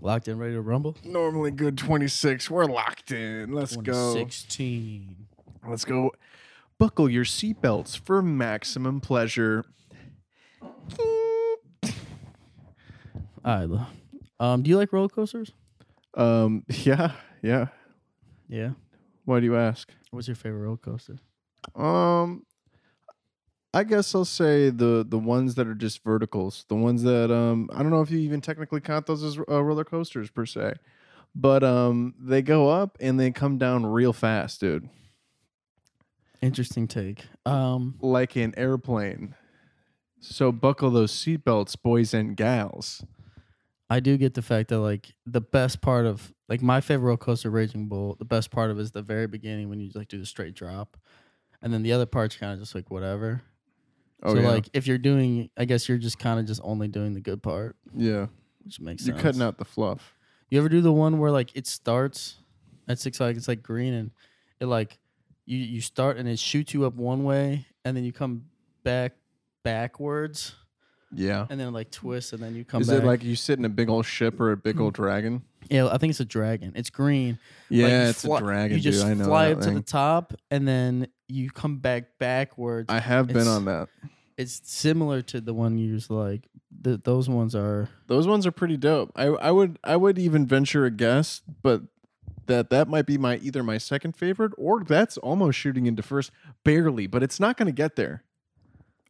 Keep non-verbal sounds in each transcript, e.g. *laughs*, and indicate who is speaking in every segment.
Speaker 1: Locked in, ready to rumble.
Speaker 2: Normally good 26. We're locked in. Let's go.
Speaker 1: 16.
Speaker 2: Let's go. Buckle your seatbelts for maximum pleasure.
Speaker 1: All right. lo- Um, do you like roller coasters?
Speaker 2: Um, yeah, yeah.
Speaker 1: Yeah.
Speaker 2: Why do you ask?
Speaker 1: What's your favorite roller coaster?
Speaker 2: Um, I guess I'll say the the ones that are just verticals, the ones that um I don't know if you even technically count those as uh, roller coasters per se, but um they go up and they come down real fast, dude,
Speaker 1: Interesting take. Um,
Speaker 2: like an airplane. So buckle those seatbelts, boys and gals.
Speaker 1: I do get the fact that like the best part of like my favorite roller coaster, Raging Bull, the best part of it is the very beginning when you like do the straight drop, and then the other parts kind of just like whatever.
Speaker 2: Oh,
Speaker 1: so like if you're doing, I guess you're just kind of just only doing the good part,
Speaker 2: yeah,
Speaker 1: which makes
Speaker 2: you're
Speaker 1: sense.
Speaker 2: cutting out the fluff.
Speaker 1: You ever do the one where like it starts at six o'clock? It's like green and it like you you start and it shoots you up one way and then you come back backwards
Speaker 2: Yeah,
Speaker 1: and then like twist and then you come
Speaker 2: is
Speaker 1: back.
Speaker 2: it like you sit in a big old ship or a big old dragon?
Speaker 1: yeah, I think it's a dragon. It's green.
Speaker 2: Yeah,
Speaker 1: Like, you
Speaker 2: it's
Speaker 1: fly-
Speaker 2: a dragon,
Speaker 1: You just
Speaker 2: dude. I know
Speaker 1: fly
Speaker 2: that
Speaker 1: up to
Speaker 2: thing.
Speaker 1: the top and then you come back backwards.
Speaker 2: I have been
Speaker 1: It's-
Speaker 2: on that.
Speaker 1: it's similar to the one you use. Like th- those ones are.
Speaker 2: Those ones are pretty dope. I, I would I would even venture a guess, but that that might be my either my second favorite or that's almost shooting into first barely, but it's not going to get there.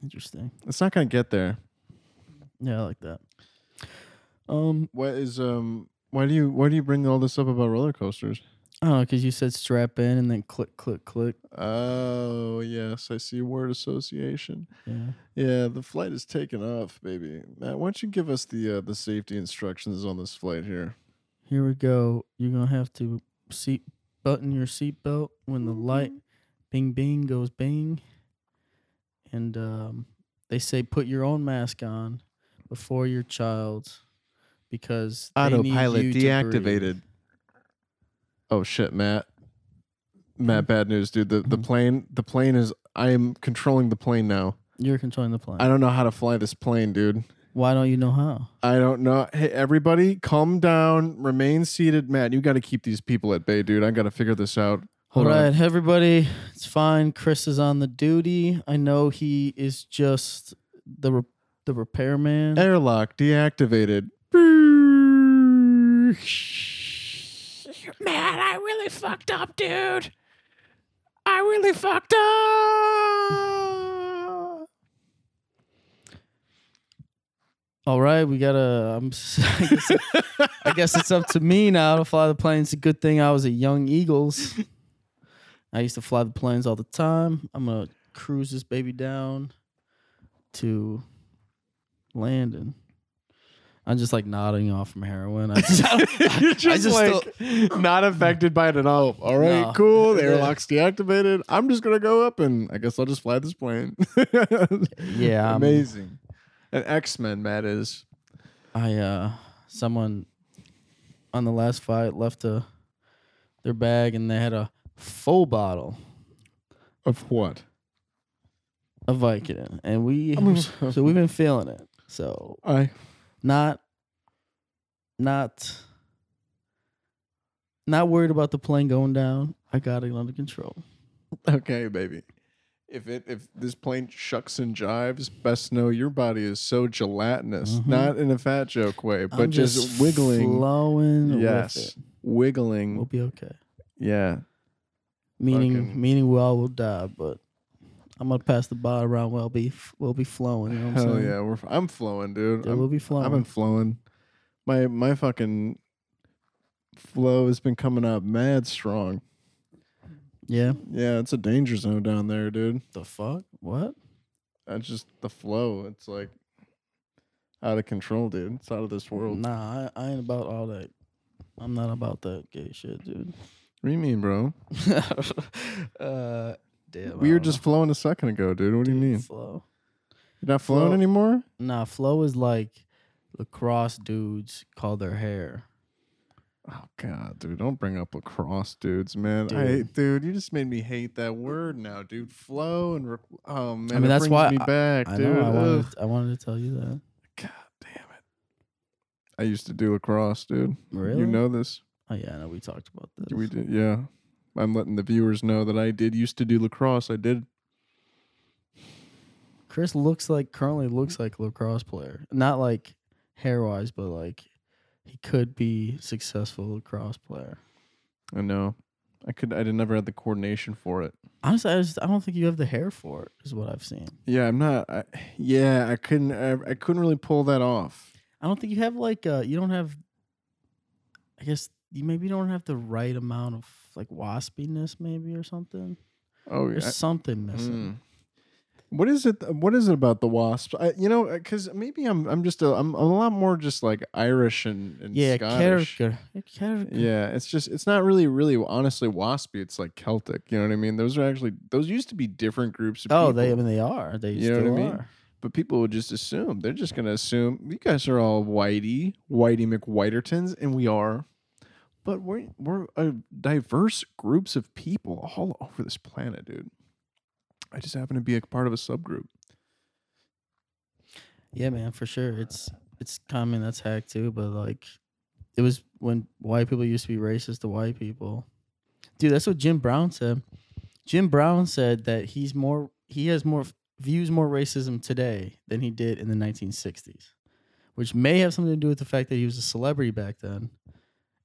Speaker 1: Interesting.
Speaker 2: It's not going to get there.
Speaker 1: Yeah, I like that. Um,
Speaker 2: What is um why do you why do you bring all this up about roller coasters?
Speaker 1: I don't know because you said strap in and then click, click, click.
Speaker 2: Oh, yes, I see word association.
Speaker 1: Yeah.
Speaker 2: Yeah, the flight is taking off, baby. Matt, why don't you give us the uh, the safety instructions on this flight here?
Speaker 1: Here we go. You're gonna have to seat button your seatbelt when the light
Speaker 2: Mm-hmm.
Speaker 1: bing bing goes bing. And um, they say put your own mask on before your child's because they need you to breathe.
Speaker 2: Oh shit, Matt. Matt, bad news, dude. The the
Speaker 1: Mhm.
Speaker 2: plane the plane is I am controlling the plane now.
Speaker 1: You're controlling the plane.
Speaker 2: I don't know how to fly this plane, dude.
Speaker 1: Why don't you know how?
Speaker 2: I don't know. Hey, everybody, calm down. Remain seated. Matt, you gotta keep these people at bay, dude. I gotta figure this out. Hold
Speaker 1: All
Speaker 2: on.
Speaker 1: right, everybody, it's fine. Chris is on the duty. I know he is just the re- the repairman.
Speaker 2: Airlock deactivated.
Speaker 3: Man, I really fucked up, dude. I really fucked
Speaker 2: *laughs*
Speaker 3: up.
Speaker 1: All right, we gotta. I'm, s- *laughs* I, guess it- I guess it's up to me now to fly the planes. It's a good thing I was a young Eagles. I used to fly the planes all the time. I'm gonna cruise this baby down to landing. I'm just like nodding off from heroin. I just, I don't-
Speaker 2: You're just,
Speaker 1: just
Speaker 2: like
Speaker 1: *laughs*
Speaker 2: not affected by it at all. All right,
Speaker 1: No.
Speaker 2: cool. The
Speaker 1: Yeah.
Speaker 2: airlock's deactivated. I'm just gonna go up and I guess I'll just fly this plane. *laughs*
Speaker 1: yeah, I'm,
Speaker 2: amazing. An X Men, Matt is.
Speaker 1: I uh, someone on the last fight left a their bag and they had a full bottle
Speaker 2: Of what?
Speaker 1: of Vicodin, and we
Speaker 2: I'm
Speaker 1: *laughs* so we've been feeling it. So
Speaker 2: I *laughs*
Speaker 1: not not not worried about the plane going down. I got it under control.
Speaker 2: okay, baby. If it if this plane shucks and jives, best know your body is so gelatinous.
Speaker 1: Mhm.
Speaker 2: Not in a fat joke way, but
Speaker 1: I'm
Speaker 2: just, wiggling.
Speaker 1: flowing.
Speaker 2: yes. Mm-hmm.
Speaker 1: Yes,
Speaker 2: Wiggling.
Speaker 1: we'll be okay.
Speaker 2: yeah.
Speaker 1: Meaning,
Speaker 2: Fucking-
Speaker 1: meaning we all will die, but I'm gonna pass the ball around. We'll be we'll be flowing. You know what I'm
Speaker 2: Hell
Speaker 1: saying?
Speaker 2: yeah. We're f- I'm flowing, dude.
Speaker 1: Dude,
Speaker 2: I'm,
Speaker 1: we'll be flowing.
Speaker 2: I've been flowing. My my fucking flow has been coming up mad strong.
Speaker 1: yeah.
Speaker 2: Yeah, it's a danger zone down there, dude.
Speaker 1: The fuck? What?
Speaker 2: That's just the flow. It's like out of control, dude. It's out of this world.
Speaker 1: Nah, I, I ain't about all that. I'm not about that gay shit, dude.
Speaker 2: What do you mean, bro?
Speaker 1: *laughs* uh, damn. I
Speaker 2: we
Speaker 1: don't
Speaker 2: were
Speaker 1: know.
Speaker 2: just flowing a second ago, dude. What do you mean?
Speaker 1: flow.
Speaker 2: You're not flowing
Speaker 1: flow.
Speaker 2: anymore?
Speaker 1: Nah, flow is like lacrosse dudes call their hair.
Speaker 2: Oh god, dude. Don't bring up lacrosse dudes, man. I
Speaker 1: Dude.
Speaker 2: hate dude, you just made me hate that word now, dude. Flow and re- oh man,
Speaker 1: mean,
Speaker 2: it
Speaker 1: that's
Speaker 2: brings
Speaker 1: why
Speaker 2: me back,
Speaker 1: I
Speaker 2: dude.
Speaker 1: know. I
Speaker 2: Ugh.
Speaker 1: wanted, I wanted to tell you that.
Speaker 2: God damn it. I used to do lacrosse, dude.
Speaker 1: Really?
Speaker 2: You know this.
Speaker 1: Oh yeah, I know we talked about this.
Speaker 2: We did, yeah. I'm letting the viewers know that I did used to do lacrosse. I did.
Speaker 1: Chris looks like currently looks like a lacrosse player. Not like hair wise, but like he could be successful lacrosse player.
Speaker 2: I know. I could. I did never had the coordination for it.
Speaker 1: Honestly, I just I don't think you have the hair for it, is what I've seen.
Speaker 2: Yeah, I'm not. I, yeah, I couldn't. I, I couldn't really pull that off.
Speaker 1: I don't think you have like uh you don't have I guess you maybe don't have the right amount of like waspiness maybe or something.
Speaker 2: Oh yeah.
Speaker 1: There's something missing.
Speaker 2: Mm. What is it? What is it about the wasps? I, you know, because maybe I'm. I'm just. A, I'm a lot more just like Irish and, and
Speaker 1: Yeah,
Speaker 2: Scottish.
Speaker 1: character. Character.
Speaker 2: Yeah, it's just it's not really really honestly waspy. It's like Celtic. You know what I mean? Those are actually those used to be different groups of
Speaker 1: Oh,
Speaker 2: people.
Speaker 1: they I mean they are. They
Speaker 2: You know
Speaker 1: still
Speaker 2: what I mean?
Speaker 1: are.
Speaker 2: but people would just assume they're just gonna assume you guys are all whitey, whitey McWhitertons, and we are. But we're we're a diverse groups of people all over this planet, dude. I just happen to be a part of a subgroup.
Speaker 1: Yeah, man, for sure. It's it's common that's hack too, but like it was when white people used to be racist to white people. Dude, that's what Jim Brown said. Jim Brown said that he's more he has more views more racism today than he did in the 1960s, which may have something to do with the fact that he was a celebrity back then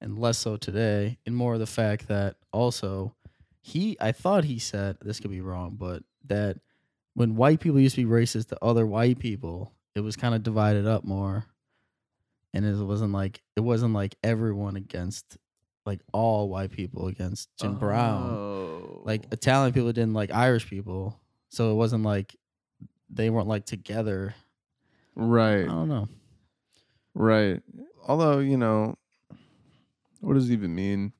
Speaker 1: and less so today, and more of the fact that also he I thought he said this could be wrong, but that when white people used to be racist to other white people, it was kind of divided up more. And it wasn't like it wasn't like everyone against like all white people against Jim Brown. Like Italian people didn't like Irish people. So it wasn't like they weren't like together. I
Speaker 2: right,
Speaker 1: don't know.
Speaker 2: right. Although you know, what does it even mean?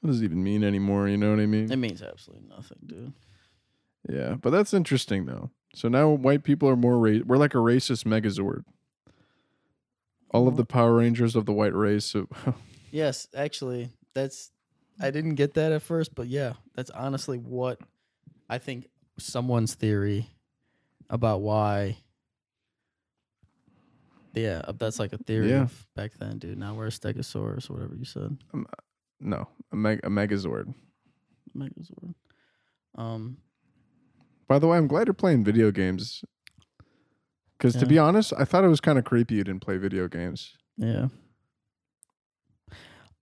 Speaker 2: What does it even mean anymore? You know what I mean?
Speaker 1: It means absolutely nothing, dude.
Speaker 2: Yeah, but that's interesting though. So now white people are more ra- we're like a racist megazord. All
Speaker 1: Mm-hmm.
Speaker 2: of the Power Rangers of the white race. So *laughs*
Speaker 1: Yes, actually, that's I didn't get that at first, but yeah, that's honestly what I think someone's theory about why. Yeah, uh, that's like a theory
Speaker 2: Yeah.
Speaker 1: of back then, dude. Now we're a Stegosaurus, whatever you said,
Speaker 2: no, a, meg- a megazord.
Speaker 1: Megazord. Um,
Speaker 2: By the way, I'm glad you're playing video games. Because
Speaker 1: Yeah.
Speaker 2: to be honest, I thought it was kind of creepy you didn't play video games.
Speaker 1: yeah.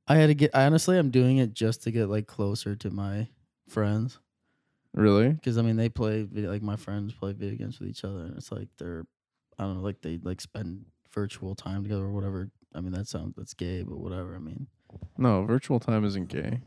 Speaker 1: I had to get. I honestly, I'm doing it just to get like closer to my friends.
Speaker 2: Really?
Speaker 1: because I mean they play video, like my friends play video games with each other, and it's like they're I don't know like they like spend virtual time together or whatever. I mean that sounds that's gay, but whatever. I mean
Speaker 2: No, virtual time isn't gay.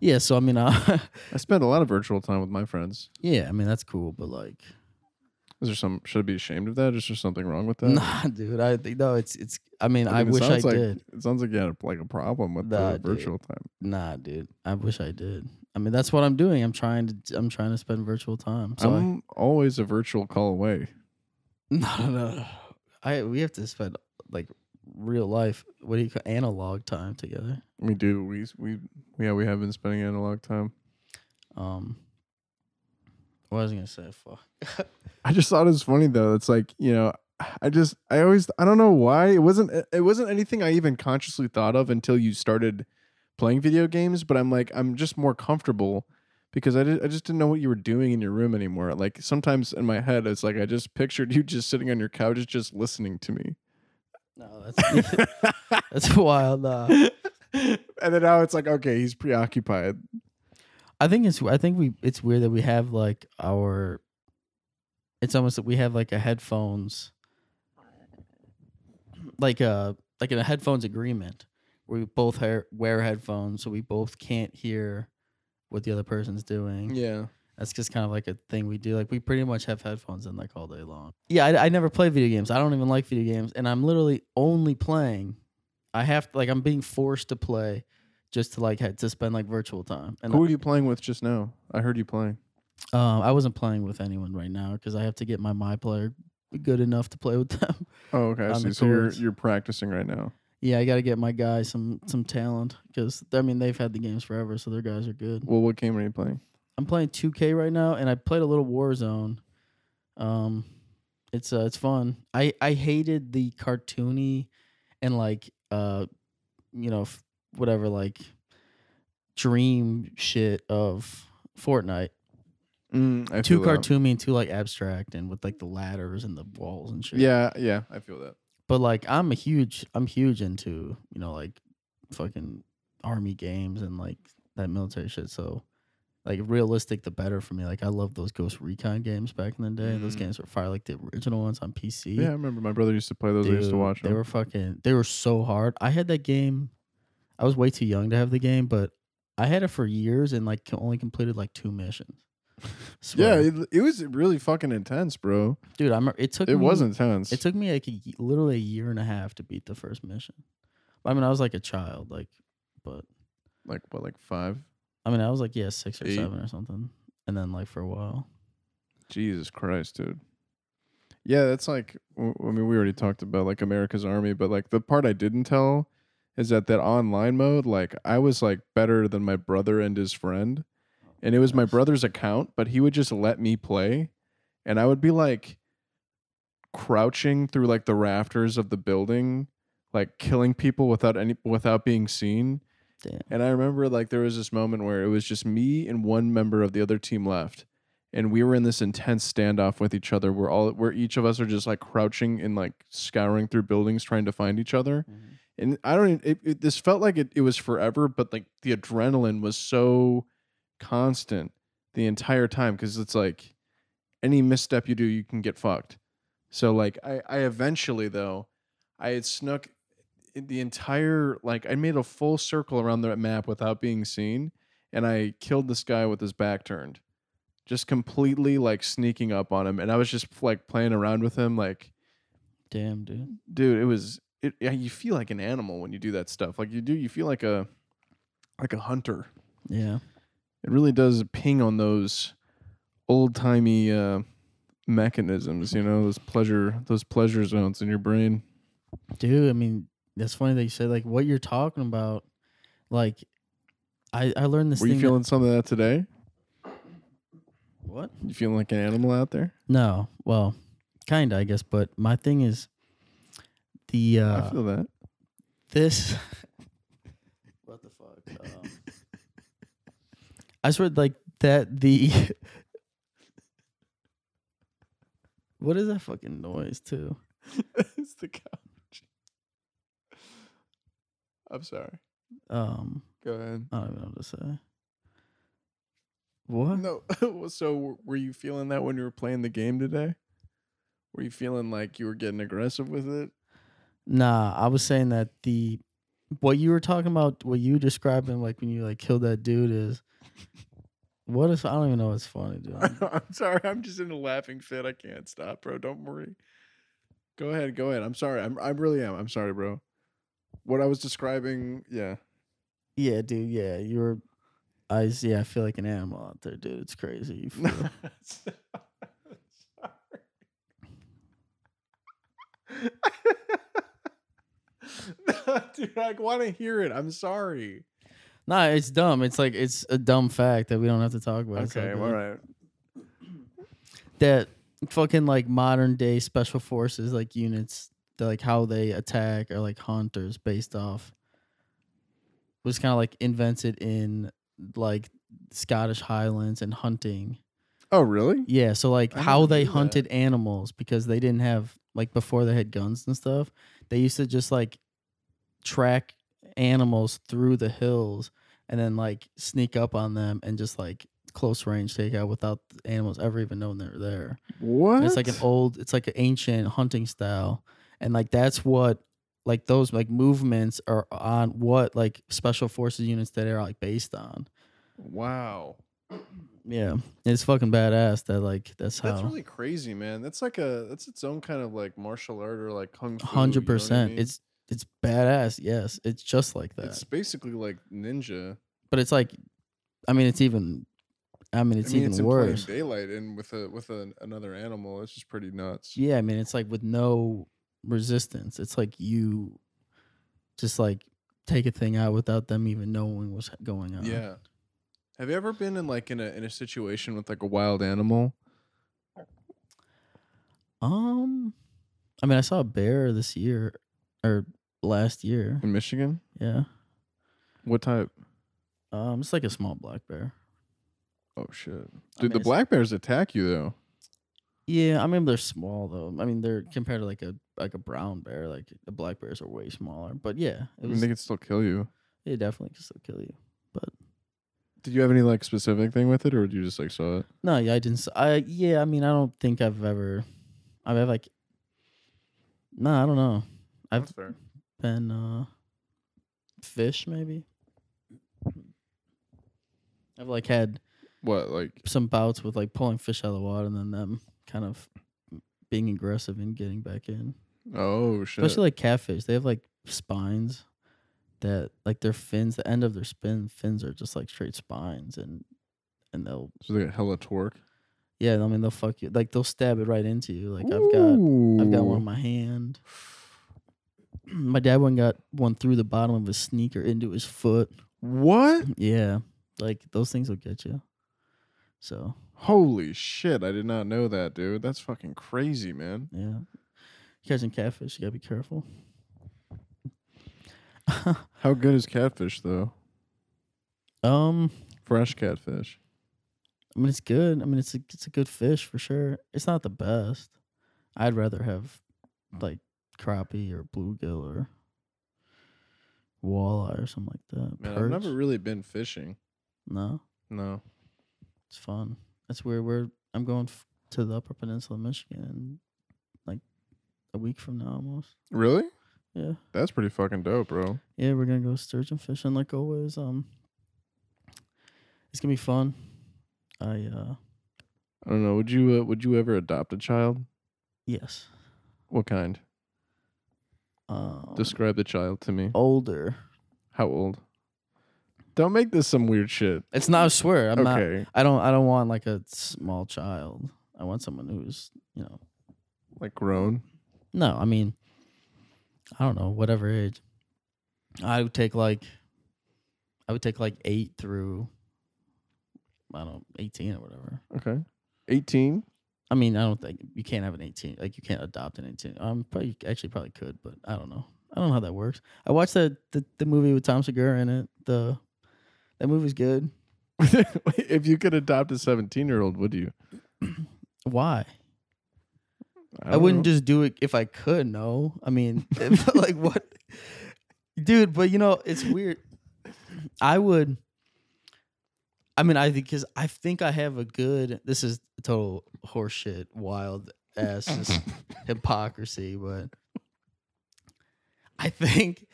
Speaker 1: yeah, so I *laughs* mean uh,
Speaker 2: I spend a lot of virtual time with my friends.
Speaker 1: yeah, I mean that's cool, but like *laughs*
Speaker 2: Is there some should I be ashamed of that? Is there something wrong with that?
Speaker 1: nah, dude, I think no, it's it's. I mean I,
Speaker 2: mean, it
Speaker 1: wish I
Speaker 2: sounds like,
Speaker 1: did.
Speaker 2: It sounds like you had a, like a problem with
Speaker 1: Nah,
Speaker 2: the
Speaker 1: dude.
Speaker 2: virtual time.
Speaker 1: Nah, dude, I wish I did. I mean that's what I'm doing. I'm trying to I'm trying to spend virtual time. So I-
Speaker 2: I'm always a virtual call away.
Speaker 1: *laughs* no, no, no, no. I we have to spend like real life. What do you call analog time together?
Speaker 2: We do. We we yeah. We have been spending analog time.
Speaker 1: Um, what was I gonna say? Fuck.
Speaker 2: I just thought it was funny though. It's like you know. I just I always I don't know why it wasn't it wasn't anything I even consciously thought of until you started playing video games. But I'm like I'm just more comfortable because I did, I just didn't know what you were doing in your room anymore. Like sometimes in my head it's like I just pictured you just sitting on your couch just listening to me. *laughs*
Speaker 1: No, that's *laughs* that's wild. Nah.
Speaker 2: and then now it's like okay he's preoccupied.
Speaker 1: I think it's I think we it's weird that we have like our. It's almost that we have like a headphones. Like a like in a headphones agreement, where we both hair, wear headphones, so we both can't hear what the other person's doing.
Speaker 2: Yeah.
Speaker 1: That's just kind of like a thing we do. Like we pretty much have headphones in like all day long. Yeah, I, I never play video games. I don't even like video games, and I'm literally only playing. I have like I'm being forced to play, just to like ha- to spend like virtual time. And
Speaker 2: Who were you playing with just now? I heard you playing.
Speaker 1: um, I wasn't playing with anyone right now because I have to get my my player good enough to play with them. *laughs*
Speaker 2: Oh, okay. I
Speaker 1: on
Speaker 2: see.
Speaker 1: the
Speaker 2: So you're
Speaker 1: chords.
Speaker 2: you're practicing right now.
Speaker 1: yeah, I got to get my guys some some talent because I mean they've had the games forever, so their guys are good.
Speaker 2: Well, what game are you playing?
Speaker 1: I'm playing 2K right now, and I played a little Warzone. Um, It's uh, it's fun. I I hated the cartoony and like uh, you know, f- whatever like dream shit of Fortnite.
Speaker 2: Mm, I
Speaker 1: Too
Speaker 2: feel that.
Speaker 1: cartoony and too like abstract and with like the ladders and the walls and shit.
Speaker 2: Yeah, yeah, I feel that.
Speaker 1: But like I'm a huge I'm huge into, you know, like fucking army games and like that military shit. So like realistic the better for me. Like I love those Ghost Recon games back in the day. Those
Speaker 2: Mm.
Speaker 1: games were fire like the original ones on PC.
Speaker 2: Yeah, I remember my brother used to play those. I used to
Speaker 1: Dude,
Speaker 2: watch
Speaker 1: They
Speaker 2: them.
Speaker 1: were fucking. They were so hard. I had that game. I was way too young to have the game, but I had it for years and like co- only completed like two missions.
Speaker 2: *laughs* yeah,
Speaker 1: Swear.
Speaker 2: it, it was really fucking intense, bro.
Speaker 1: dude, I remember it took.
Speaker 2: It
Speaker 1: me,
Speaker 2: was intense.
Speaker 1: It took me like mm, a, ye- literally a year and a half to beat the first mission. I mean, I was like a child, like, but
Speaker 2: like what, like five?
Speaker 1: I mean, I was like yeah, six or
Speaker 2: Eight.
Speaker 1: seven or something, and then like for a while.
Speaker 2: Jesus Christ, dude. Yeah, that's like w- I mean, we already talked about like America's Army, but like the part I didn't tell is that that online mode, like I was like better than my brother and his friend, and it was my
Speaker 1: Nice.
Speaker 2: brother's account, but he would just let me play, and I would be like crouching through like the rafters of the building, like killing people without any without being seen.
Speaker 1: Damn.
Speaker 2: And I remember like there was this moment where it was just me and one member of the other team left. And we were in this intense standoff with each other where all where each of us are just like crouching and like scouring through buildings trying to find each other. And I don't even- it, it, this felt like it, it was forever, but like the adrenaline was so constant the entire time because it's like any misstep you do, you can get fucked. So like I, I eventually though, I had snuck i- the entire like I made a full circle around the map without being seen, and I killed this guy with his back turned, just completely like sneaking up on him, and I was just like playing around with him, like
Speaker 1: Damn, dude.
Speaker 2: dude, it was it. yeah, You feel like an animal when you do that stuff. Like you do, you feel like a like a hunter.
Speaker 1: Yeah.
Speaker 2: It really does ping on those old timey uh, mechanisms, you know, those pleasure those pleasure zones in your brain.
Speaker 1: Dude, I mean, that's funny that you said like what you're talking about. Like, I I learned this
Speaker 2: Were
Speaker 1: thing.
Speaker 2: you
Speaker 1: that-
Speaker 2: feeling some of that today?
Speaker 1: what?
Speaker 2: You feeling like an animal out there?
Speaker 1: No, well, kind of, I guess. But my thing is the uh,
Speaker 2: I
Speaker 1: *laughs*
Speaker 2: feel that.
Speaker 1: this. what the fuck? Um, *laughs* I swear, like that the. *laughs* what is that fucking noise too?
Speaker 2: it's the couch. I'm sorry.
Speaker 1: Um,
Speaker 2: Go ahead.
Speaker 1: I don't even know what to say. What?
Speaker 2: No, *laughs* well, so w- were you feeling that when you were playing the game today? Were you feeling like you were getting aggressive with it?
Speaker 1: Nah, I was saying that the what you were talking about, what you describing, like when you like killed that dude is. What is I don't even know what's funny, *laughs* dude. I'm-
Speaker 2: *laughs* I'm sorry. I'm just in a laughing fit. I can't stop, bro. Don't worry. Go ahead. Go ahead. I'm sorry. I'm, I really am. I'm sorry, bro. What I was describing,
Speaker 1: *laughs*
Speaker 2: yeah.
Speaker 1: Yeah, dude. Yeah, you were. I s- yeah. I feel like an animal out there, dude. It's crazy. You feel-
Speaker 2: *laughs* Dude, I want to hear it. I'm sorry.
Speaker 1: nah, it's dumb. It's like it's a dumb fact that we don't have to talk about. It's
Speaker 2: Okay,
Speaker 1: like
Speaker 2: all
Speaker 1: that-
Speaker 2: right.
Speaker 1: That fucking like modern day special forces like units, that, like how they attack or like hunters based off was kind of like invented in like Scottish Highlands and hunting.
Speaker 2: Oh, really?
Speaker 1: Yeah, so like
Speaker 2: I
Speaker 1: how
Speaker 2: never
Speaker 1: they
Speaker 2: knew that.
Speaker 1: hunted animals because they didn't have like before they had guns and stuff, they used to just like track animals through the hills and then like sneak up on them and just like close range takeout without the animals ever even knowing they were there.
Speaker 2: What?
Speaker 1: And it's like an old, it's like an ancient hunting style, and like that's what like those like movements are on what like special forces units that are like based on.
Speaker 2: wow.
Speaker 1: Yeah, it's fucking badass that like that's how.
Speaker 2: That's really crazy, man. That's like a that's its own kind of like martial art or like kung fu. you know what I
Speaker 1: hundred percent.
Speaker 2: mean?
Speaker 1: It's it's badass. Yes, it's just like that.
Speaker 2: it's basically like ninja.
Speaker 1: but it's like, I mean, it's even. I mean, it's
Speaker 2: I mean,
Speaker 1: even
Speaker 2: it's
Speaker 1: worse.
Speaker 2: in plain daylight and with a with an another animal. It's just pretty nuts.
Speaker 1: Yeah, I mean, it's like with no resistance. It's like you, just like take a thing out without them even knowing what's going on.
Speaker 2: Yeah. Have you ever been in like in a in a situation with like a wild animal?
Speaker 1: Um, I mean, I saw a bear this year or last year.
Speaker 2: in Michigan?
Speaker 1: Yeah.
Speaker 2: What type?
Speaker 1: Um, it's like a small black bear.
Speaker 2: Oh shit, dude!
Speaker 1: I mean,
Speaker 2: the
Speaker 1: it's-
Speaker 2: black bears attack you though.
Speaker 1: Yeah, I mean they're small though. I mean they're compared to like a like a brown bear. Like the black bears are way smaller. But yeah,
Speaker 2: I
Speaker 1: it
Speaker 2: mean,
Speaker 1: was.
Speaker 2: they could still kill you.
Speaker 1: it definitely could still kill you.
Speaker 2: Did you have any like specific thing with it, or you just like saw it?
Speaker 1: No, yeah, I didn't. s- I yeah, I mean I don't think I've ever. I've had, like. No, I don't know. I've
Speaker 2: fair.
Speaker 1: been uh, fish maybe. I've like had
Speaker 2: What like?
Speaker 1: some bouts with like pulling fish out of the water and then them kind of being aggressive and getting back in.
Speaker 2: Oh shit!
Speaker 1: Especially like catfish, they have like spines that like their fins, the end of their spin fins are just like straight spines and and they'll
Speaker 2: so they got hella torque.
Speaker 1: yeah, I mean they'll fuck you. Like they'll stab it right into you. Like I've got I've got one in my hand. *clears throat* My dad one got one through the bottom of his sneaker into his foot. *clears throat*
Speaker 2: What?
Speaker 1: Yeah. Like those things will get you. So
Speaker 2: Holy shit! I did not know that, dude. That's fucking crazy, man.
Speaker 1: Yeah. Catching catfish, you gotta be careful. *laughs*
Speaker 2: How good is catfish though?
Speaker 1: um,
Speaker 2: Fresh catfish.
Speaker 1: I mean it's good. I mean it's a it's a good fish for sure. It's not the best. I'd rather have like crappie or bluegill or walleye or something like that.
Speaker 2: Man,
Speaker 1: Perch.
Speaker 2: I've never really been fishing.
Speaker 1: No,
Speaker 2: No.
Speaker 1: it's fun. That's where we're. I'm going f- to the Upper Peninsula, of Michigan, in, like a week from now almost.
Speaker 2: Really?
Speaker 1: Yeah.
Speaker 2: That's pretty fucking dope, bro.
Speaker 1: Yeah, we're gonna go sturgeon fishing like always. Um, it's gonna be fun. I uh,
Speaker 2: I don't know. Would you uh, would you ever adopt a child?
Speaker 1: yes.
Speaker 2: What kind?
Speaker 1: Um,
Speaker 2: Describe the child to me.
Speaker 1: older.
Speaker 2: How old? Don't make this some weird shit.
Speaker 1: It's not. I swear, I'm not.
Speaker 2: okay.
Speaker 1: I don't. I don't want like a small child. I want someone who's you know.
Speaker 2: Like grown.
Speaker 1: No, I mean, I don't know. Whatever age, I would take like. I would take like eight through. I don't know, eighteen or whatever.
Speaker 2: Okay. 18.
Speaker 1: I mean, I don't think you can't have an 18. Like you can't adopt an 18. I'm probably actually probably could, but I don't know. I don't know how that works. I watched that the, the movie with Tom Segura in it. The that movie's good.
Speaker 2: *laughs* if you could adopt a 17 year old, would you?
Speaker 1: Why? I,
Speaker 2: don't
Speaker 1: wouldn't
Speaker 2: know.
Speaker 1: just do it if I could. No, I mean, *laughs* if- like what, dude? But you know, it's weird. I would. I mean, I think because I think I have a good. This is total horseshit, wild ass
Speaker 2: *laughs*
Speaker 1: just hypocrisy, but I think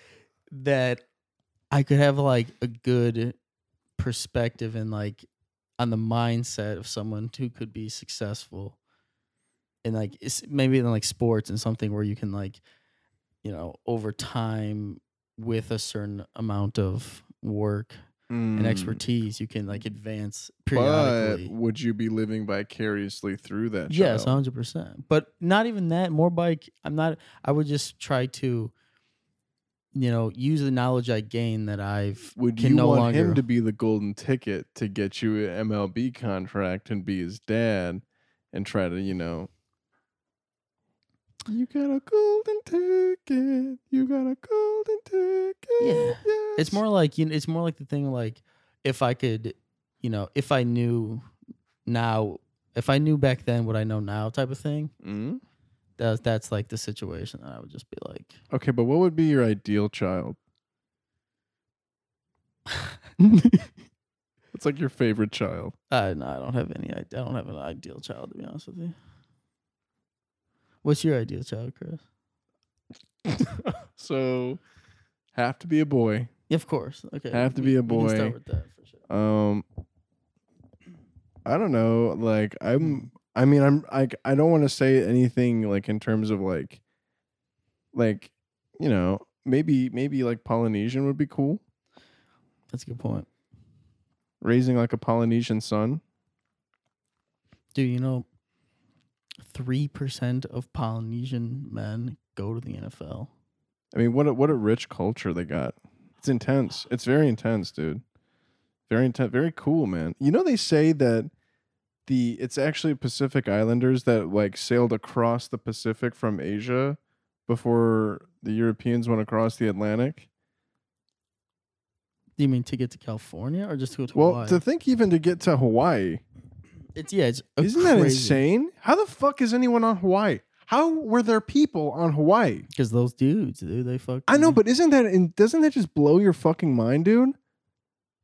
Speaker 1: that I could have like a good perspective and like on the mindset of someone who could be successful and like it's maybe in like sports and something where you can like you know over time with a certain amount of work and
Speaker 2: Mm,
Speaker 1: expertise you can like advance
Speaker 2: But
Speaker 1: periodically
Speaker 2: would you be living vicariously through that?
Speaker 1: yes
Speaker 2: child?
Speaker 1: 100% but not even that more bike i'm not i would just try to you know use the knowledge i gain that i've
Speaker 2: Would
Speaker 1: can
Speaker 2: you
Speaker 1: no
Speaker 2: want
Speaker 1: longer
Speaker 2: him to be the golden ticket to get you an MLB contract and be his dad and try to, you know, you got a golden ticket. You got a golden ticket.
Speaker 1: Yeah.
Speaker 2: yes."
Speaker 1: it's more like you know, it's more like the thing like if i could you know if i knew now if i knew back then what i know now type of thing
Speaker 2: Mm?
Speaker 1: that's that's like the situation that I would just be like,
Speaker 2: Okay, but what would be your ideal child? *laughs* It's like your favorite child.
Speaker 1: I no, I don't have any, I don't have an ideal child to be honest with you. What's your ideal child, Chris?
Speaker 2: So, have to be a boy.
Speaker 1: Of course, okay.
Speaker 2: Have to
Speaker 1: we-
Speaker 2: be a
Speaker 1: we can
Speaker 2: boy.
Speaker 1: start with that for sure.
Speaker 2: Um, I don't know. Like I'm. I mean, I'm. Like I don't want to say anything. Like in terms of like, like, you know, maybe maybe like Polynesian would be cool.
Speaker 1: That's a good point.
Speaker 2: Raising like a Polynesian son.
Speaker 1: Do you know three percent of Polynesian men go to the NFL?
Speaker 2: I mean, what a, what a rich culture they got. It's intense. It's very intense, dude. Very intense. Very cool, man. You know they say that the it's actually Pacific Islanders that like sailed across the Pacific from Asia before the Europeans went across the Atlantic.
Speaker 1: Do you mean to get to California or just to go to
Speaker 2: Well,
Speaker 1: Hawaii?
Speaker 2: to think even to get to Hawaii,
Speaker 1: it's yeah, it's a
Speaker 2: isn't that
Speaker 1: crazy,
Speaker 2: insane? How the fuck is anyone on Hawaii? How were there people on Hawaii?
Speaker 1: Because those dudes, dude, they fuck.
Speaker 2: I know, but isn't that in, doesn't that just blow your fucking mind, dude?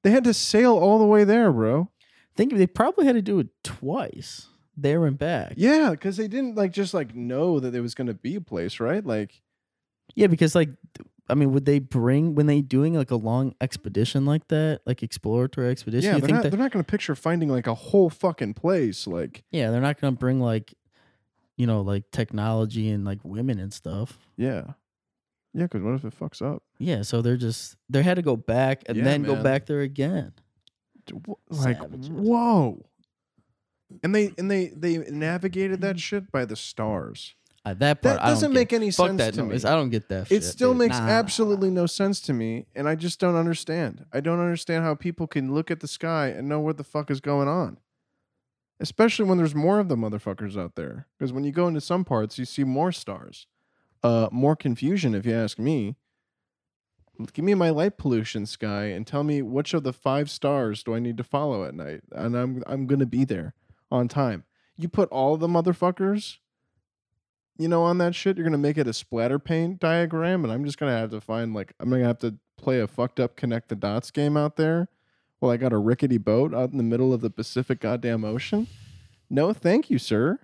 Speaker 2: They had to sail all the way there, bro.
Speaker 1: think they probably had to do it twice, there and back.
Speaker 2: Yeah, because they didn't like just like know that there was gonna be a place, right? Like,
Speaker 1: Yeah, because like, th- I mean, would they bring when they doing like a long expedition like that, like exploratory expedition?
Speaker 2: yeah,
Speaker 1: you
Speaker 2: they're
Speaker 1: think
Speaker 2: not
Speaker 1: that,
Speaker 2: they're not gonna picture finding like a whole fucking place. Like,
Speaker 1: yeah, they're not gonna bring like, you know, like technology and like women and stuff.
Speaker 2: yeah, yeah. Because what if it fucks up?
Speaker 1: Yeah, so they're just they had to go back and
Speaker 2: Yeah,
Speaker 1: then go
Speaker 2: man.
Speaker 1: back there again.
Speaker 2: D- wh- Like,
Speaker 1: Savages.
Speaker 2: whoa. And they and they they navigated
Speaker 1: Mm-hmm.
Speaker 2: that shit by the stars.
Speaker 1: Uh, that part
Speaker 2: That
Speaker 1: I
Speaker 2: doesn't
Speaker 1: don't
Speaker 2: make
Speaker 1: get.
Speaker 2: any
Speaker 1: fuck
Speaker 2: sense
Speaker 1: that
Speaker 2: to
Speaker 1: noise.
Speaker 2: me.
Speaker 1: I don't get that.
Speaker 2: It
Speaker 1: shit,
Speaker 2: still
Speaker 1: dude.
Speaker 2: makes
Speaker 1: Nah, nah, nah.
Speaker 2: absolutely no sense to me, and I just don't understand. I don't understand how people can look at the sky and know what the fuck is going on. Especially when there's more of the motherfuckers out there. Because when you go into some parts, you see more stars. Uh, more confusion, if you ask me. Give me my light pollution sky and tell me which of the five stars do I need to follow at night, and I'm I'm gonna be there on time. You put all the motherfuckers you know, on that shit, you're gonna make it a splatter paint diagram, and I'm just gonna have to find like I'm gonna have to play a fucked up connect the dots game out there. Well, I got a rickety boat out in the middle of the Pacific goddamn ocean. No, thank you, sir.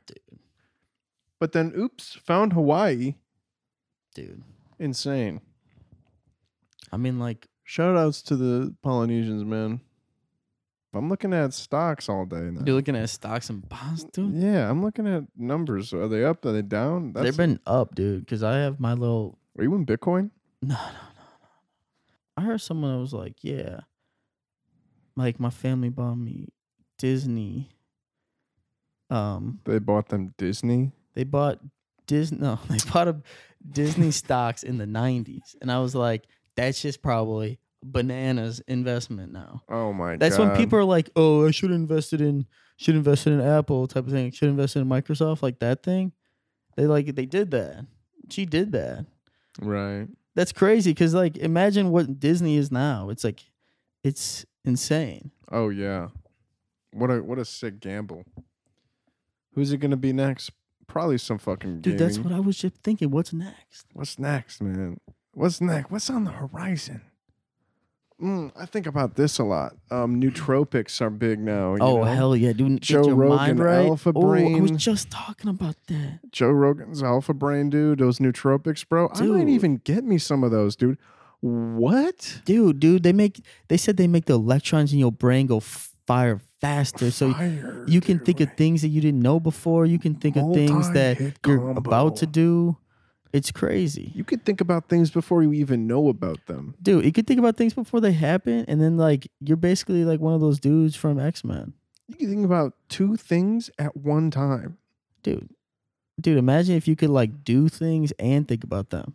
Speaker 2: But then, oops, found Hawaii.
Speaker 1: dude.
Speaker 2: Insane.
Speaker 1: I mean, like,
Speaker 2: Shout outs to the Polynesians, man. I'm looking at stocks all day now.
Speaker 1: you're looking at stocks and bonds, dude.
Speaker 2: Yeah, I'm looking at numbers. Are they up? Are they down? That's,
Speaker 1: They've been up, dude. Because I have my little
Speaker 2: are you in Bitcoin?
Speaker 1: No, no, no, no. I heard someone that was like, yeah, like my family bought me Disney. Um,
Speaker 2: They bought them Disney.
Speaker 1: they bought Disney. *laughs* No, they bought a Disney stocks in the '90s, and I was like, that's just probably bananas investment now.
Speaker 2: Oh my
Speaker 1: That's
Speaker 2: god.
Speaker 1: when people are like, oh, I should have invested in should invested in Apple type of thing. Should invested in Microsoft like that thing. They like they did that. She did that.
Speaker 2: Right.
Speaker 1: That's crazy because like imagine what Disney is now. It's like it's insane.
Speaker 2: Oh yeah. What a what a sick gamble. Who's it gonna be next? Probably some fucking
Speaker 1: Dude,
Speaker 2: gaming.
Speaker 1: that's what I was just thinking. What's next?
Speaker 2: What's next, man? What's next? What's on the horizon? Mm, I think about this a lot. Um, nootropics are big now. you
Speaker 1: oh
Speaker 2: know?
Speaker 1: hell yeah, dude! Get
Speaker 2: Joe
Speaker 1: your mind
Speaker 2: Rogan,
Speaker 1: right.
Speaker 2: Alpha
Speaker 1: Oh, I was
Speaker 2: Brain.
Speaker 1: just talking about that.
Speaker 2: Joe Rogan's Alpha Brain, dude. Those nootropics, bro. I might
Speaker 1: Dude.
Speaker 2: even get me some of those, dude. What?
Speaker 1: Dude, dude, they make they said they make the electrons in your brain go fire faster, so
Speaker 2: Fire,
Speaker 1: you can think
Speaker 2: dude.
Speaker 1: of things that you didn't know before. You can think of things that
Speaker 2: Multi-hit
Speaker 1: you're
Speaker 2: combo.
Speaker 1: about to do. It's crazy.
Speaker 2: You could think about things before you even know about them.
Speaker 1: Dude, you could think about things before they happen, and then like you're basically like one of those dudes from X Men.
Speaker 2: You can think about two things at one time.
Speaker 1: dude dude imagine if you could like do things and think about them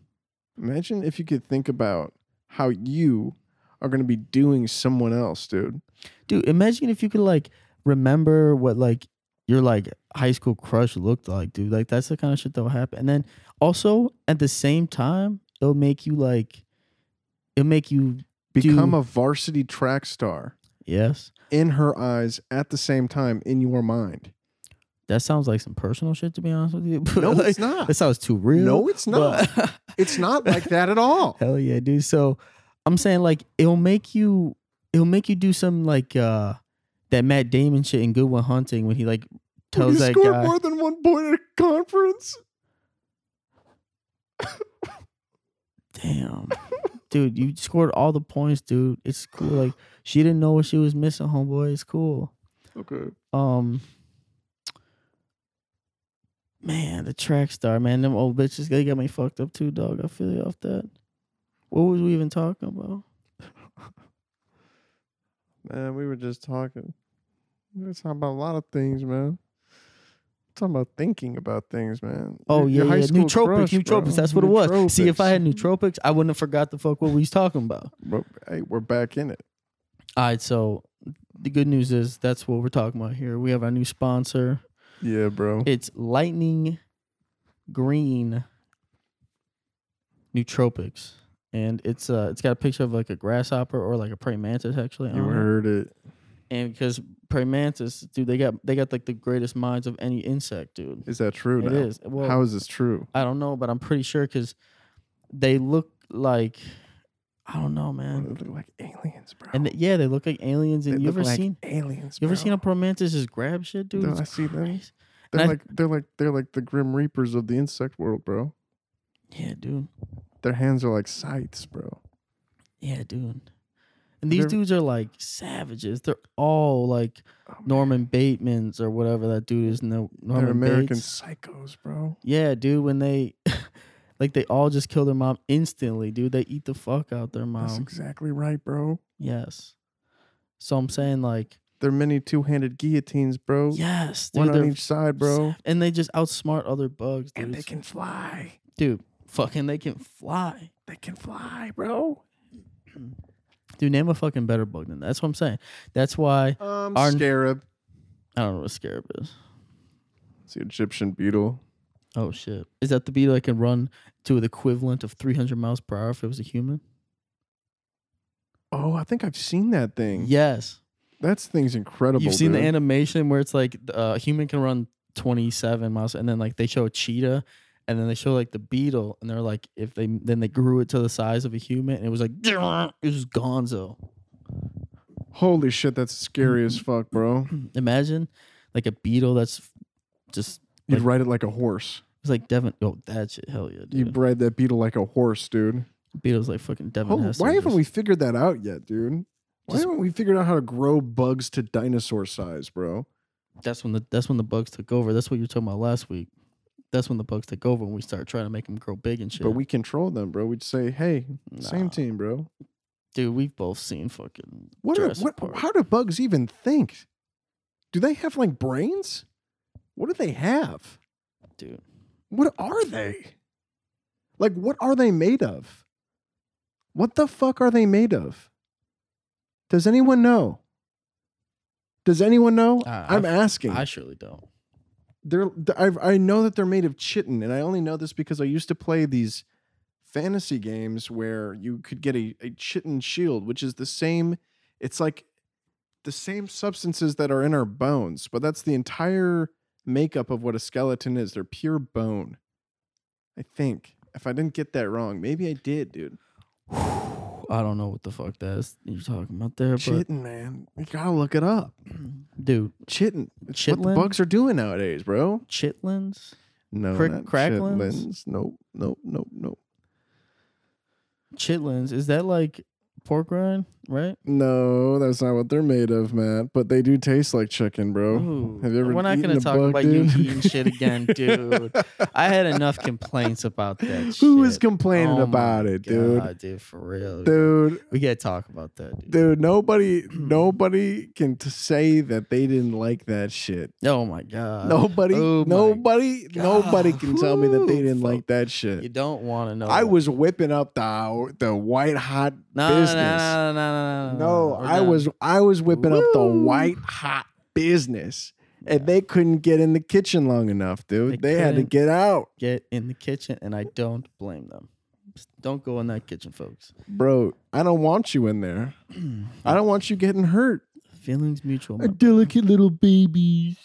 Speaker 2: Imagine if you could think about how you are going to be doing someone else, dude.
Speaker 1: dude imagine if you could like remember what like your like high school crush looked like dude like that's the kind of shit that will happen and then also at the same time it'll make you like it'll make you
Speaker 2: Become
Speaker 1: Dude.
Speaker 2: a varsity track star
Speaker 1: yes
Speaker 2: in her eyes at the same time in
Speaker 1: *laughs*
Speaker 2: your mind.
Speaker 1: that sounds like some personal shit to be honest with you *laughs* but,
Speaker 2: No,
Speaker 1: like,
Speaker 2: it's not.
Speaker 1: that sounds too real
Speaker 2: No, it's not. *laughs*
Speaker 1: but-
Speaker 2: It's not like that
Speaker 1: *laughs*
Speaker 2: at all.
Speaker 1: Hell yeah, dude. So I'm saying like it'll make you it'll make you do some like uh that Matt Damon shit in Good One Hunting when he like
Speaker 2: When
Speaker 1: tells
Speaker 2: you
Speaker 1: that
Speaker 2: score
Speaker 1: guy
Speaker 2: more than one point at a conference.
Speaker 1: *laughs* Damn. dude, you scored all the points, dude. It's cool. Like she didn't know what she was missing, homeboy. It's cool.
Speaker 2: Okay.
Speaker 1: Um Man, the track star, man. Them old bitches they got me fucked up too, dog. I feel you off that. What was we even talking about?
Speaker 2: Man, we were just talking. We were talking about a lot of things, man. Talking about thinking about things, man.
Speaker 1: Oh
Speaker 2: Your- your
Speaker 1: yeah,
Speaker 2: high
Speaker 1: yeah.
Speaker 2: school
Speaker 1: nootropics,
Speaker 2: crush,
Speaker 1: nootropics.
Speaker 2: bro.
Speaker 1: That's what it was. See, if I
Speaker 2: Nootropics.
Speaker 1: had nootropics, I wouldn't have forgot the fuck what we was talking about.
Speaker 2: Well, hey, we're back in it.
Speaker 1: All right, so the good news is that's what we're talking about here. We have our new sponsor.
Speaker 2: Yeah, bro.
Speaker 1: It's Lightning Green Nootropics. And it's uh it's got a picture of like a grasshopper or like a praying mantis actually.
Speaker 2: you
Speaker 1: on it.
Speaker 2: heard it.
Speaker 1: And because praying mantis, dude, they got they got like the greatest minds of any insect, dude.
Speaker 2: Is that true?
Speaker 1: It
Speaker 2: now?
Speaker 1: is. Well,
Speaker 2: How is this true?
Speaker 1: I don't know, but I'm pretty sure because they look like I don't know, man.
Speaker 2: They look like aliens, bro.
Speaker 1: And th- yeah, they look like aliens.
Speaker 2: They
Speaker 1: And you
Speaker 2: look
Speaker 1: ever
Speaker 2: like
Speaker 1: seen
Speaker 2: aliens?
Speaker 1: you ever
Speaker 2: bro.
Speaker 1: seen a promantis just grab shit, dude?
Speaker 2: No,
Speaker 1: It's
Speaker 2: I see them.
Speaker 1: crazy. and
Speaker 2: They're
Speaker 1: I-
Speaker 2: like they're like they're like the grim reapers of the insect world, bro.
Speaker 1: Yeah, dude.
Speaker 2: Their hands are like scythes, bro.
Speaker 1: Yeah, dude. And these
Speaker 2: They're-
Speaker 1: dudes are like savages. They're all like
Speaker 2: Oh, man.
Speaker 1: Norman Bateman's or whatever that dude is. No, Norman
Speaker 2: They're American
Speaker 1: Bates.
Speaker 2: psychos, bro.
Speaker 1: Yeah, dude. When they *laughs* like, they all just kill their mom instantly, dude. They eat the fuck out their mom.
Speaker 2: That's exactly right, bro.
Speaker 1: yes. So I'm saying like,
Speaker 2: They're many two-handed guillotines, bro.
Speaker 1: yes, dude.
Speaker 2: One on
Speaker 1: they're-
Speaker 2: each side, bro.
Speaker 1: and they just outsmart other bugs, dude.
Speaker 2: And they can fly.
Speaker 1: dude, fucking, they can fly.
Speaker 2: They can fly, bro.
Speaker 1: Dude, name a fucking better bug than that. That's what I'm saying. That's why
Speaker 2: Um,
Speaker 1: Our-
Speaker 2: scarab.
Speaker 1: I don't know what a scarab is.
Speaker 2: It's the Egyptian beetle.
Speaker 1: Oh shit! Is that the beetle that can run to the equivalent of 300 miles per hour if it was a human?
Speaker 2: Oh, I think I've seen that thing.
Speaker 1: Yes.
Speaker 2: That thing's incredible.
Speaker 1: You've seen
Speaker 2: dude.
Speaker 1: the animation where it's like th- uh, a human can run 27 miles, and then like they show a cheetah, and then they show like the beetle, and they're like, if they then they grew it to the size of a human, and it was like *clears throat* it was Gonzo. *clears throat*
Speaker 2: Holy shit, that's scary as
Speaker 1: Mm-hmm.
Speaker 2: fuck, bro.
Speaker 1: Imagine like a beetle that's f- just
Speaker 2: You'd
Speaker 1: Like-
Speaker 2: ride it like a horse.
Speaker 1: it's like Devin. Oh, that shit, hell yeah,
Speaker 2: You'd
Speaker 1: dude.
Speaker 2: ride that beetle like a horse, dude.
Speaker 1: Beetle's like fucking Devin.
Speaker 2: Holy,
Speaker 1: Hester,
Speaker 2: why haven't
Speaker 1: just-
Speaker 2: we figured that out yet, dude? Why
Speaker 1: Just-
Speaker 2: haven't we figured out how to grow bugs to dinosaur size, bro?
Speaker 1: That's when the that's when the bugs took over. That's what you were talking about last week. That's when the bugs took over and we started trying to make them grow big and shit.
Speaker 2: But we control them, bro. We'd say, hey,
Speaker 1: Nah.
Speaker 2: same team, bro.
Speaker 1: dude, we've both seen fucking
Speaker 2: What, are,
Speaker 1: Jurassic
Speaker 2: what
Speaker 1: Park.
Speaker 2: how do bugs even think? Do they have like brains? What do they have?
Speaker 1: dude.
Speaker 2: What are they? Like what are they made of? What the fuck are they made of? Does anyone know? Does anyone know?
Speaker 1: Uh,
Speaker 2: I'm
Speaker 1: I've-
Speaker 2: asking.
Speaker 1: I surely don't.
Speaker 2: they're I've, I know that they're made of chitin, and I only know this because I used to play these fantasy games where you could get a, a chitin shield, which is the same. It's like the same substances that are in our bones, but that's the entire makeup of what a skeleton is. They're pure bone. I think if I didn't get that wrong, maybe I did, dude.
Speaker 1: I don't know what the fuck that is you're talking about there, but
Speaker 2: Chitin, man, you gotta look it up.
Speaker 1: dude,
Speaker 2: Chitin. It's what
Speaker 1: Chitlin?
Speaker 2: the bugs are doing nowadays, bro.
Speaker 1: chitlins,
Speaker 2: No,
Speaker 1: Crick-
Speaker 2: not
Speaker 1: cracklins?
Speaker 2: chitlins. Nope, nope, nope, nope.
Speaker 1: chitlins. Is that like pork rind, right?
Speaker 2: No, that's not what they're made of, Matt. But they do taste like chicken, bro.
Speaker 1: Ooh,
Speaker 2: have you ever
Speaker 1: We're not
Speaker 2: eaten
Speaker 1: gonna
Speaker 2: a
Speaker 1: talk
Speaker 2: bug,
Speaker 1: about
Speaker 2: dude?
Speaker 1: you eating shit again,
Speaker 2: *laughs*
Speaker 1: dude. I had enough complaints about that.
Speaker 2: Who is
Speaker 1: shit.
Speaker 2: complaining
Speaker 1: Oh
Speaker 2: about
Speaker 1: my
Speaker 2: it, dude?
Speaker 1: God, dude, for real,
Speaker 2: Dude,
Speaker 1: We gotta talk about that, dude.
Speaker 2: dude, nobody,
Speaker 1: *clears throat*
Speaker 2: nobody can t- say that they didn't like that shit.
Speaker 1: Oh my god.
Speaker 2: Nobody,
Speaker 1: oh my
Speaker 2: nobody, nobody
Speaker 1: God.
Speaker 2: can tell me that they
Speaker 1: Woo,
Speaker 2: didn't like
Speaker 1: fuck.
Speaker 2: that shit.
Speaker 1: You don't want to know.
Speaker 2: I
Speaker 1: that.
Speaker 2: was whipping up the the white hot
Speaker 1: no,
Speaker 2: business.
Speaker 1: No, no, no, no, no,
Speaker 2: No,
Speaker 1: Uh, We're
Speaker 2: I
Speaker 1: done.
Speaker 2: was I was whipping up the
Speaker 1: Woo.
Speaker 2: white hot business, and they couldn't get in the kitchen long enough, dude.
Speaker 1: They
Speaker 2: They, had to
Speaker 1: couldn't.
Speaker 2: get out,
Speaker 1: get in the kitchen, and I don't blame them. Just don't go in that kitchen, folks.
Speaker 2: bro. I don't want you in there. I don't want you getting hurt.
Speaker 1: Feelings mutual.
Speaker 2: *laughs*
Speaker 1: my-
Speaker 2: delicate little babies.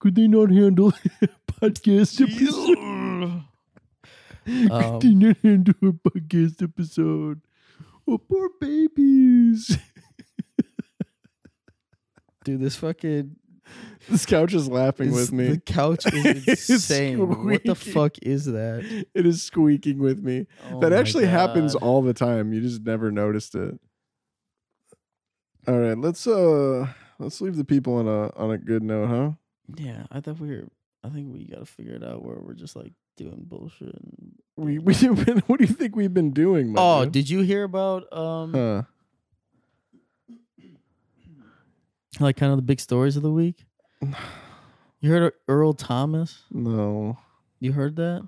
Speaker 2: Could they not handle *laughs*
Speaker 1: *laughs*
Speaker 2: podcast
Speaker 1: episode? Um,
Speaker 2: not handle a podcast episode? Oh, poor babies.
Speaker 1: Dude, this fucking
Speaker 2: *laughs* This couch is laughing
Speaker 1: this-
Speaker 2: with me.
Speaker 1: The couch
Speaker 2: *laughs* It's
Speaker 1: is insane. What the
Speaker 2: squeaky.
Speaker 1: fuck is that? *laughs*
Speaker 2: It is squeaking with me.
Speaker 1: Oh
Speaker 2: that
Speaker 1: my
Speaker 2: actually happens
Speaker 1: God.
Speaker 2: all the time. You just never noticed it. All right, let's uh let's leave the people on a on a good note, huh?
Speaker 1: Yeah, I thought we were. I think we gotta figure it out where we're just like doing bullshit. And...
Speaker 2: We *laughs* we've been what do you think we've been doing, my
Speaker 1: Oh,
Speaker 2: dude?
Speaker 1: did you hear about um
Speaker 2: Huh.
Speaker 1: like kind of the big stories of the week? You heard of Earl Thomas?
Speaker 2: No.
Speaker 1: You heard that?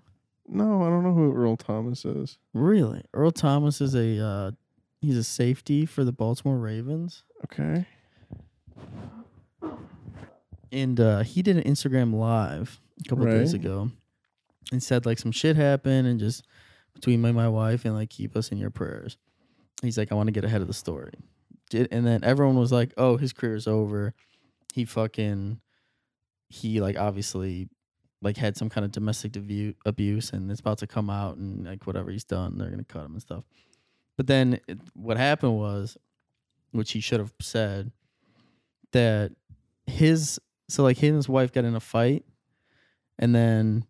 Speaker 2: No, I don't know who Earl Thomas is.
Speaker 1: Really? Earl Thomas is a uh he's a safety for the Baltimore Ravens
Speaker 2: Okay.
Speaker 1: and uh, he did an Instagram live a couple of days
Speaker 2: Right.
Speaker 1: ago, and said like some shit happened and just between me and my wife and like keep us in your prayers. He's like, I want to get ahead of the story, did, and then everyone was like, Oh, his career's over. He fucking he like obviously like had some kind of domestic abu- abuse and it's about to come out and like whatever he's done they're gonna cut him and stuff but then it, what happened was which he should have said that his so like he and his wife got in a fight and then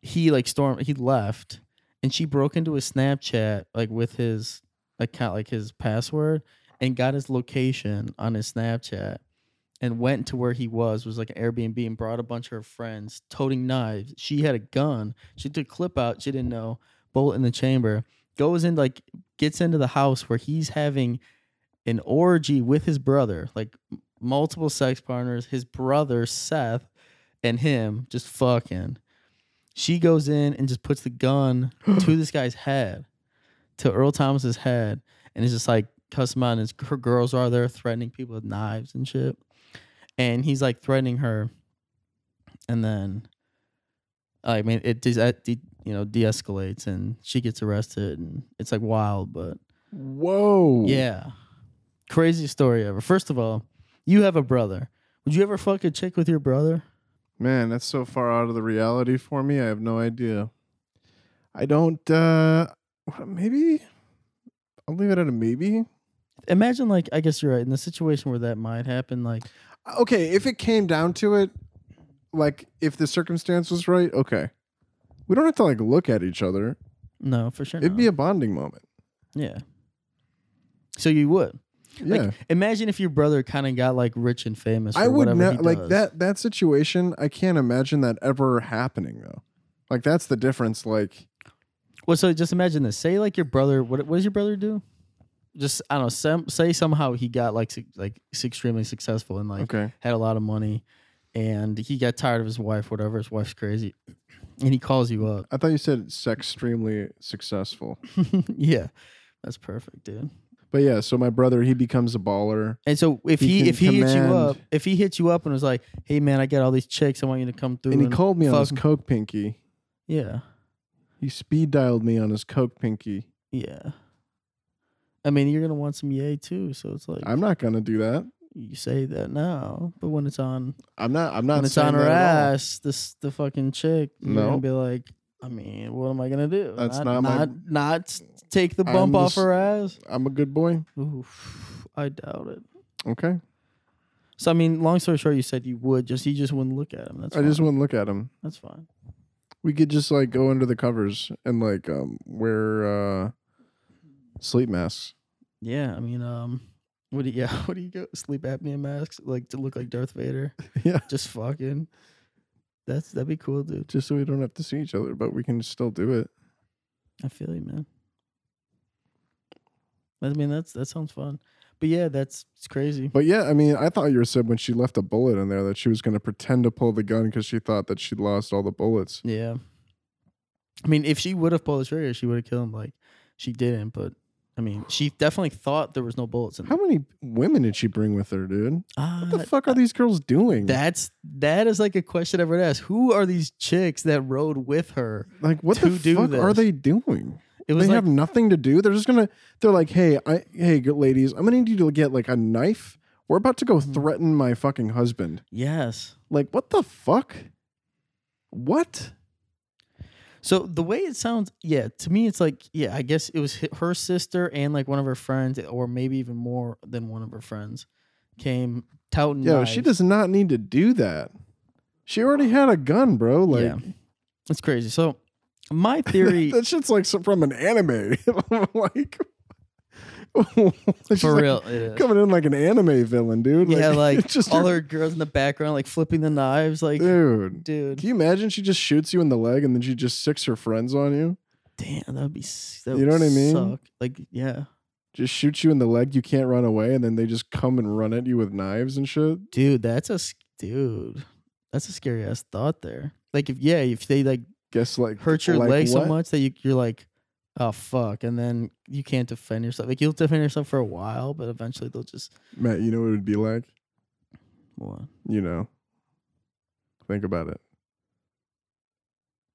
Speaker 1: he like stormed he left and she broke into his snapchat like with his account like his password and got his location on his snapchat and went to where he was was like an airbnb and brought a bunch of her friends toting knives she had a gun she took a clip out she didn't know bullet in the chamber goes in like gets into the house where he's having an orgy with his brother like m- multiple sex partners his brother seth and him just fucking she goes in and just puts the gun to this guy's head to earl thomas's head and it's just like cussing him out and his, her girls are there threatening people with knives and shit and he's like threatening her and then i mean it does that de- you know de-escalates and she gets arrested and it's like wild but
Speaker 2: Whoa.
Speaker 1: yeah crazy story ever first of all you have a brother would you ever fuck a chick with your brother
Speaker 2: Man, that's so far out of the reality for me. I have no idea. I don't uh maybe I'll leave it at a maybe.
Speaker 1: imagine like i guess you're right in the situation where that might happen like
Speaker 2: Okay, if it came down to it, like if the circumstance was right, okay. We don't have to like look at each other.
Speaker 1: no for sure
Speaker 2: It'd
Speaker 1: no.
Speaker 2: be a bonding moment.
Speaker 1: yeah so you would
Speaker 2: Yeah.
Speaker 1: like imagine if your brother kind of got like rich and famous
Speaker 2: I
Speaker 1: or
Speaker 2: would
Speaker 1: whatever
Speaker 2: not
Speaker 1: he
Speaker 2: like
Speaker 1: does.
Speaker 2: that that situation, I can't imagine that ever happening though. Like that's the difference like
Speaker 1: Well, so just imagine this. Say like your brother. What what does your brother do? Just I don't know. Some, say somehow he got like su- like s- extremely successful and like
Speaker 2: okay.
Speaker 1: had a lot of money, and he got tired of his wife. Whatever, his wife's crazy, *clears throat* and he calls you up. *laughs*
Speaker 2: I thought you said sex extremely successful.
Speaker 1: yeah, that's perfect, dude.
Speaker 2: But yeah, so my brother, he becomes a baller.
Speaker 1: And so if
Speaker 2: He
Speaker 1: he,
Speaker 2: can
Speaker 1: if he hits you
Speaker 2: command-
Speaker 1: up, if he hits you up and was like, "Hey man, I got all these chicks. I want you to come through,"
Speaker 2: And he called me on his
Speaker 1: fuck-
Speaker 2: Coke pinky.
Speaker 1: Yeah,
Speaker 2: He speed dialed me on his Coke pinky.
Speaker 1: yeah. I mean, you're gonna want some yay too. So it's like
Speaker 2: I'm not gonna do that.
Speaker 1: you say that now, but when it's on
Speaker 2: I'm not. I'm not.
Speaker 1: when it's on
Speaker 2: saying
Speaker 1: her
Speaker 2: that at all.
Speaker 1: ass, this the fucking chick. You're
Speaker 2: No.
Speaker 1: gonna be like, I mean, what am I gonna do?
Speaker 2: That's
Speaker 1: not
Speaker 2: not my-
Speaker 1: not, not take the bump
Speaker 2: I'm
Speaker 1: off
Speaker 2: just-
Speaker 1: her ass.
Speaker 2: I'm a good boy.
Speaker 1: Oof, I doubt it.
Speaker 2: Okay.
Speaker 1: So I mean, long story short, you said you would just you just wouldn't look at him. That's
Speaker 2: I
Speaker 1: fine.
Speaker 2: just wouldn't look at him.
Speaker 1: that's fine.
Speaker 2: We could just like go under the covers and like um wear uh sleep masks. *laughs*
Speaker 1: Yeah, I mean, um, what do you, *laughs* yeah, what do you go sleep apnea masks like to look like Darth
Speaker 2: *laughs*
Speaker 1: Vader?
Speaker 2: yeah.
Speaker 1: Just fucking. That's that'd be cool, dude.
Speaker 2: Just so we don't have to see each other, but we can still do it.
Speaker 1: I feel you, man. I mean, that's that sounds fun, but yeah, that's it's crazy.
Speaker 2: But yeah, I mean, I thought you said when she left a bullet in there that she was going to pretend to pull the gun because she thought that she'd lost all the bullets.
Speaker 1: Yeah. I mean, if she would have pulled the trigger, she would have killed him. Like, she didn't, but I mean, she definitely thought there was no bullets in
Speaker 2: How
Speaker 1: there.
Speaker 2: many women did she bring with her, dude?
Speaker 1: Ah,
Speaker 2: What the fuck are these girls doing?
Speaker 1: That's that is like a question I would ask. Who are these chicks that rode with her?
Speaker 2: like, what
Speaker 1: to
Speaker 2: the
Speaker 1: do
Speaker 2: fuck are
Speaker 1: this?
Speaker 2: they doing?
Speaker 1: It
Speaker 2: they
Speaker 1: was like,
Speaker 2: have nothing to do. They're just gonna. They're like, hey, I, hey, good ladies, I'm gonna need you to get like a knife. We're about to go
Speaker 1: Mm-hmm.
Speaker 2: threaten my fucking husband.
Speaker 1: yes.
Speaker 2: Like, what the fuck? What?
Speaker 1: So the way it sounds, yeah, to me, it's like, yeah, I guess it was hi- her sister and like one of her friends, or maybe even more than one of her friends, came touting.
Speaker 2: Yo, she
Speaker 1: knives.
Speaker 2: does not need to do that. She already had a gun, bro. Like
Speaker 1: Yeah. It's crazy. So my theory,
Speaker 2: *laughs* that shit's like some- from an anime. *laughs* like, she's
Speaker 1: for
Speaker 2: like
Speaker 1: real, it is.
Speaker 2: coming in like an anime villain, dude.
Speaker 1: yeah,
Speaker 2: *laughs*
Speaker 1: like
Speaker 2: it's just
Speaker 1: all her girls in the background, like flipping the knives, like dude.
Speaker 2: dude. Can you imagine? She just shoots you in the leg, and then she just sicks her friends on you.
Speaker 1: Damn, that'd be s- that
Speaker 2: You
Speaker 1: would
Speaker 2: know what I mean?
Speaker 1: Suck. Like, yeah,
Speaker 2: just shoots you in the leg. You can't run away, and then they just come and run at you with knives and shit.
Speaker 1: dude, that's a s- dude, that's a scary ass thought there. Like, if yeah, if they like
Speaker 2: Guess like
Speaker 1: hurt your
Speaker 2: like
Speaker 1: leg so
Speaker 2: what?
Speaker 1: much that you, you're like, oh fuck, and then you can't defend yourself. Like you'll defend yourself for a while, but eventually they'll just
Speaker 2: Matt, you know what it would be like?
Speaker 1: what?
Speaker 2: You know. Think about it.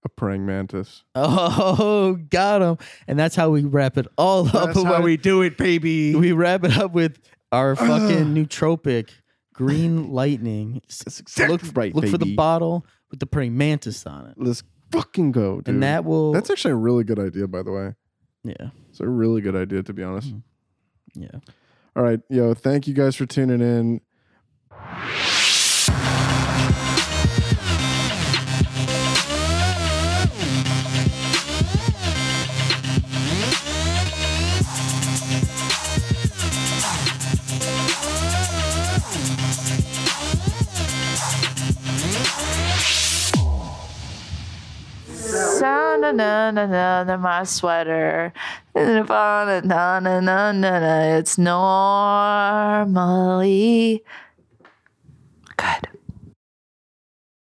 Speaker 2: A praying mantis.
Speaker 1: *laughs* Oh, got him. And that's how we wrap it all up. *laughs*
Speaker 2: That's how
Speaker 1: with-
Speaker 2: we do it, baby.
Speaker 1: we wrap it up with our fucking
Speaker 2: Ugh.
Speaker 1: nootropic
Speaker 2: *laughs*
Speaker 1: green lightning. S-
Speaker 2: That's exactly
Speaker 1: look
Speaker 2: right,
Speaker 1: look for the
Speaker 2: baby.
Speaker 1: bottle with the praying mantis on it.
Speaker 2: Let's fucking go, dude.
Speaker 1: And that will
Speaker 2: That's actually a really good idea, by the way.
Speaker 1: Yeah.
Speaker 2: It's a really good idea, to be honest.
Speaker 1: Mm. Yeah.
Speaker 2: All right, yo, thank you guys for tuning in.
Speaker 4: na na na na na na my sweater. Na na na na na na na. It's normally